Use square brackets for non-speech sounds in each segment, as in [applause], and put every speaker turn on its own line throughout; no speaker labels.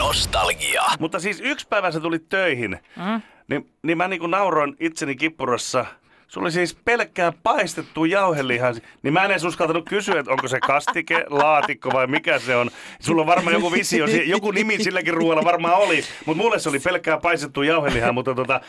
Nostalgia.
Mutta siis yksi päivä sä tulit töihin, mm. niin, niin mä niinku nauroin itseni kippurassa. Sulla oli siis pelkkää paistettu jauhelihaa, niin mä en edes uskaltanut kysyä, että onko se kastike, laatikko vai mikä se on. Sulla on varmaan joku visio, si- joku nimi silläkin ruoalla varmaan oli, mutta mulle se oli pelkkää paistettu jauhelihaa, mutta tota,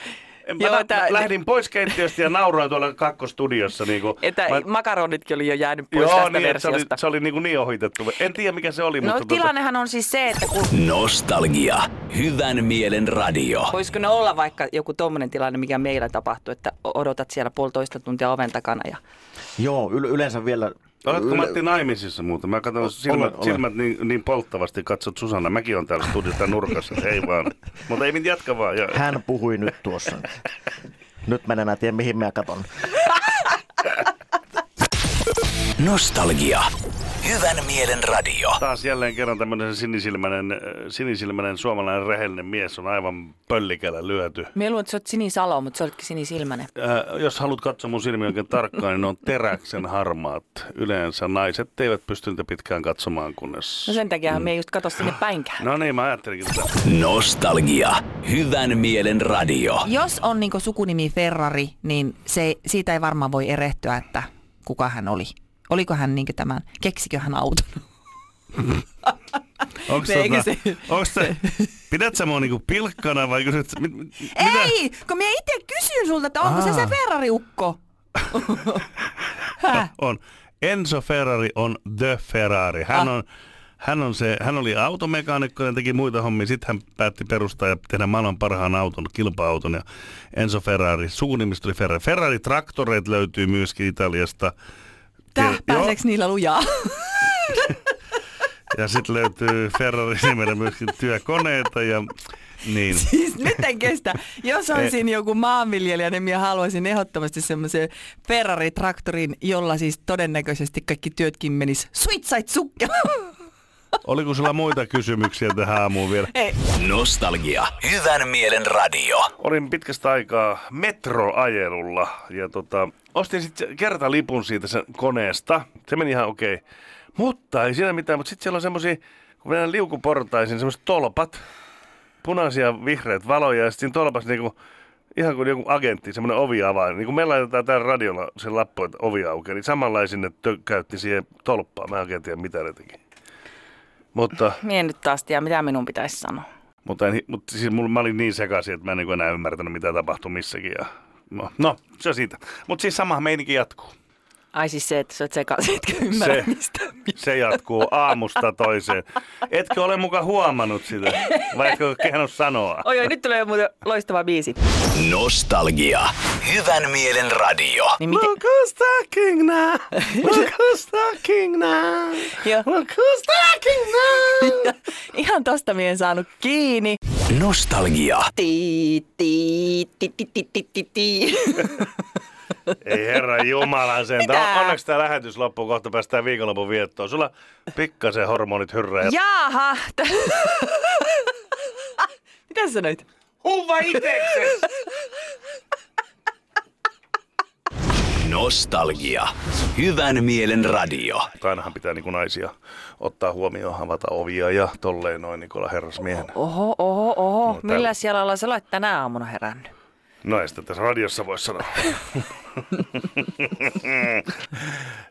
Mä, Joo,
Joo,
mä
tää-
lähdin pois keittiöstä ja nauroin tuolla kakkostudiossa. Niin kuin,
Että
mä,
makaronitkin oli jo jäänyt pois
joo,
tästä
niin, että se oli,
versiosta.
se oli niin, kuin niin ohitettu. En tiedä mikä se oli, tota-
No
mutta
tilannehan on siis se, että
[laughs]
kun,
Nostalgia. Hyvän mielen radio.
voisiko ne olla vaikka joku tommonen tilanne, mikä meillä tapahtui, että o- odotat siellä puolitoista tuntia oven takana ja
Joo, yl- yleensä vielä...
Oletko
yle-
Matti naimisissa muuten? Mä katson silmät,
olen.
silmät niin, niin, polttavasti, katsot Susanna. Mäkin on täällä studiossa nurkassa, ei [laughs] vaan. Mutta ei mit jatka vaan. Ja,
Hän puhui nyt tuossa. Nyt mä en enää tiedä, mihin mä katon.
Nostalgia. Hyvän mielen radio.
taas jälleen kerran tämmöinen sinisilmäinen, äh, sinisilmäinen suomalainen rehellinen mies on aivan pöllikällä lyöty.
me luulen, että sä oot sinisalo, mutta sä olitkin sinisilmäinen.
Äh, jos haluat katsoa mun silmiä oikein tarkkaan, niin ne on teräksen harmaat. Yleensä naiset eivät pysty niitä pitkään katsomaan, kunnes...
No sen takia me ei just katso sinne päinkään.
No niin, mä ajattelinkin tätä.
Nostalgia. Hyvän mielen radio.
[laughs] Jos on niin sukunimi Ferrari, niin se, siitä ei varmaan voi erehtyä, että kuka hän oli. Oliko hän niin tämän, keksikö hän auton?
Onks
Niin, Eikö
tota,
se-
onks te, pidät sä mua niinku pilkkana vai kysyt, mit, mit, [laughs] mitä?
Ei, kun minä itse kysyn sulta, että onko se se Ferrari-ukko? Häh?
on. Enzo Ferrari on The Ferrari. Hän, on, hän, on se, hän oli automekaanikko ja teki muita hommia. Sitten hän päätti perustaa ja tehdä maailman parhaan auton, kilpa-auton. Ja Enzo Ferrari, sukunimistä oli Ferrari. Ferrari-traktoreet löytyy myöskin Italiasta.
Täh,
Joo.
pääseekö niillä lujaa?
Ja sitten löytyy Ferrari-nimellä myöskin työkoneita. Ja, niin.
Siis miten kestä?
[laughs]
Jos olisin joku maanviljelijä, niin minä haluaisin ehdottomasti semmoisen Ferrari-traktorin, jolla siis todennäköisesti kaikki työtkin menis suitsait sukkela.
[laughs]
Oliko sulla muita kysymyksiä tähän aamuun vielä?
Ei,
Nostalgia. Hyvän mielen radio.
olin pitkästä aikaa metroajelulla ja tota, ostin sitten kertalipun siitä sen koneesta. Se meni ihan okei. Okay. Mutta ei siinä mitään, mutta sitten siellä on semmoisia, kun mennään liukuportaisiin, semmoiset tolpat, punaisia vihreät valoja ja sitten tolpas niinku, ihan kuin joku agentti, semmoinen ovi avaa. Niin kun me laitetaan täällä radiolla se lappu, että ovi aukeaa, niin samanlainen sinne tö- käytti siihen tolppaan. Mä en oikein tiedä, mitä ne teki. Mutta
Mie en nyt taas tiedä, mitä minun pitäisi sanoa.
mutta, en, mutta siis mulla, mä olin niin sekaisin, että mä en niin enää ymmärtänyt, mitä tapahtui missäkin. Ja, no, no, se siitä. Mutta siis sama meininki jatkuu.
Ai siis se, että sä et sekaisin, etkä ymmärrä
Se.
se. mistä.
Se jatkuu aamusta toiseen. Etkö ole muka huomannut sitä? Vai etkö ole kehannut sanoa?
Oi, oi, nyt tulee muuten loistava biisi.
Nostalgia. Hyvän mielen radio.
Niin miten,
who's talking now? Look who's talking now?
Joo.
Look who's talking now?
[laughs] ihan tosta mie en saanut kiinni.
Nostalgia.
Tii, tii, ti, ti, ti, ti, ti, ti.
Ei herra jumala sen.
Mitä?
Tää, onneksi tämä lähetys loppuu, kohta päästään viikonlopun viettoon. Sulla pikkasen hormonit hyrrää.
Jaaha. T- [laughs] Mitä sä sanoit?
Huva iteksesi!
Nostalgia. Hyvän mielen radio.
Mutta ainahan pitää niin naisia ottaa huomioon, avata ovia ja tolleen noin Nikola herrasmiehenä.
Oho, oho, oho.
No,
No,
täällä-
Millä siellä sä olet tänä aamuna herännyt?
No ei sitä tässä radiossa voi sanoa.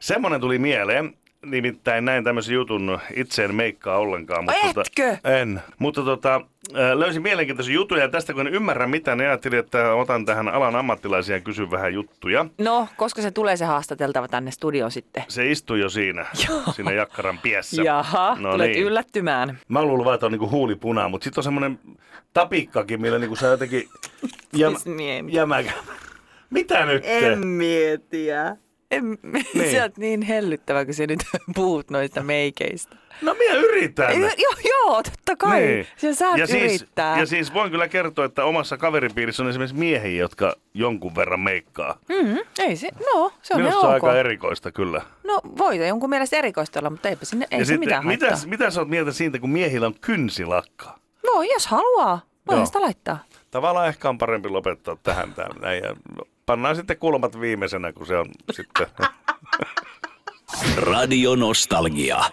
Semmonen tuli mieleen. Nimittäin näin tämmöisen jutun, itse en meikkaa ollenkaan. Mutta
Etkö?
en. Mutta tota, ö, löysin mielenkiintoisia juttuja ja tästä kun en ymmärrä mitään, niin ajattelin, että otan tähän alan ammattilaisia ja kysyn vähän juttuja.
No, koska se tulee se haastateltava tänne studioon sitten.
Se istui jo
[laughs]
siinä, siinä jakkaran piessä.
Jaha, no tulet niin. yllättymään.
Mä luulen vaan, että on niinku huulipunaa, mutta sitten on semmoinen tapikkakin, millä niinku saa jotenkin jäm...
Siis mie en-
jämäkä. [laughs] Mitä nyt?
mietiä. En, [laughs]
Niin.
niin. Sä oot niin hellyttävä, kun sä nyt [laughs] puhut noista meikeistä.
No minä yritän.
Joo, joo, joo, totta kai. Niin. Sä saat
ja siis,
yrittää.
Ja siis voin kyllä kertoa, että omassa kaveripiirissä on esimerkiksi miehiä, jotka jonkun verran meikkaa.
Mm, ei se, no, se on
Minusta on
ihan ok.
aika erikoista kyllä.
No voi se jonkun mielestä erikoista olla, mutta eipä sinne, ei
ja
se mitään
mitä,
haittaa.
mitä sä oot mieltä siitä, kun miehillä on kynsilakka?
Voi, jos haluaa.
Joo.
Voihan sitä laittaa.
Tavallaan ehkä on parempi lopettaa tähän tämän. Näin. Ja pannaan sitten kulmat viimeisenä, kun se on sitten...
Radio Nostalgia.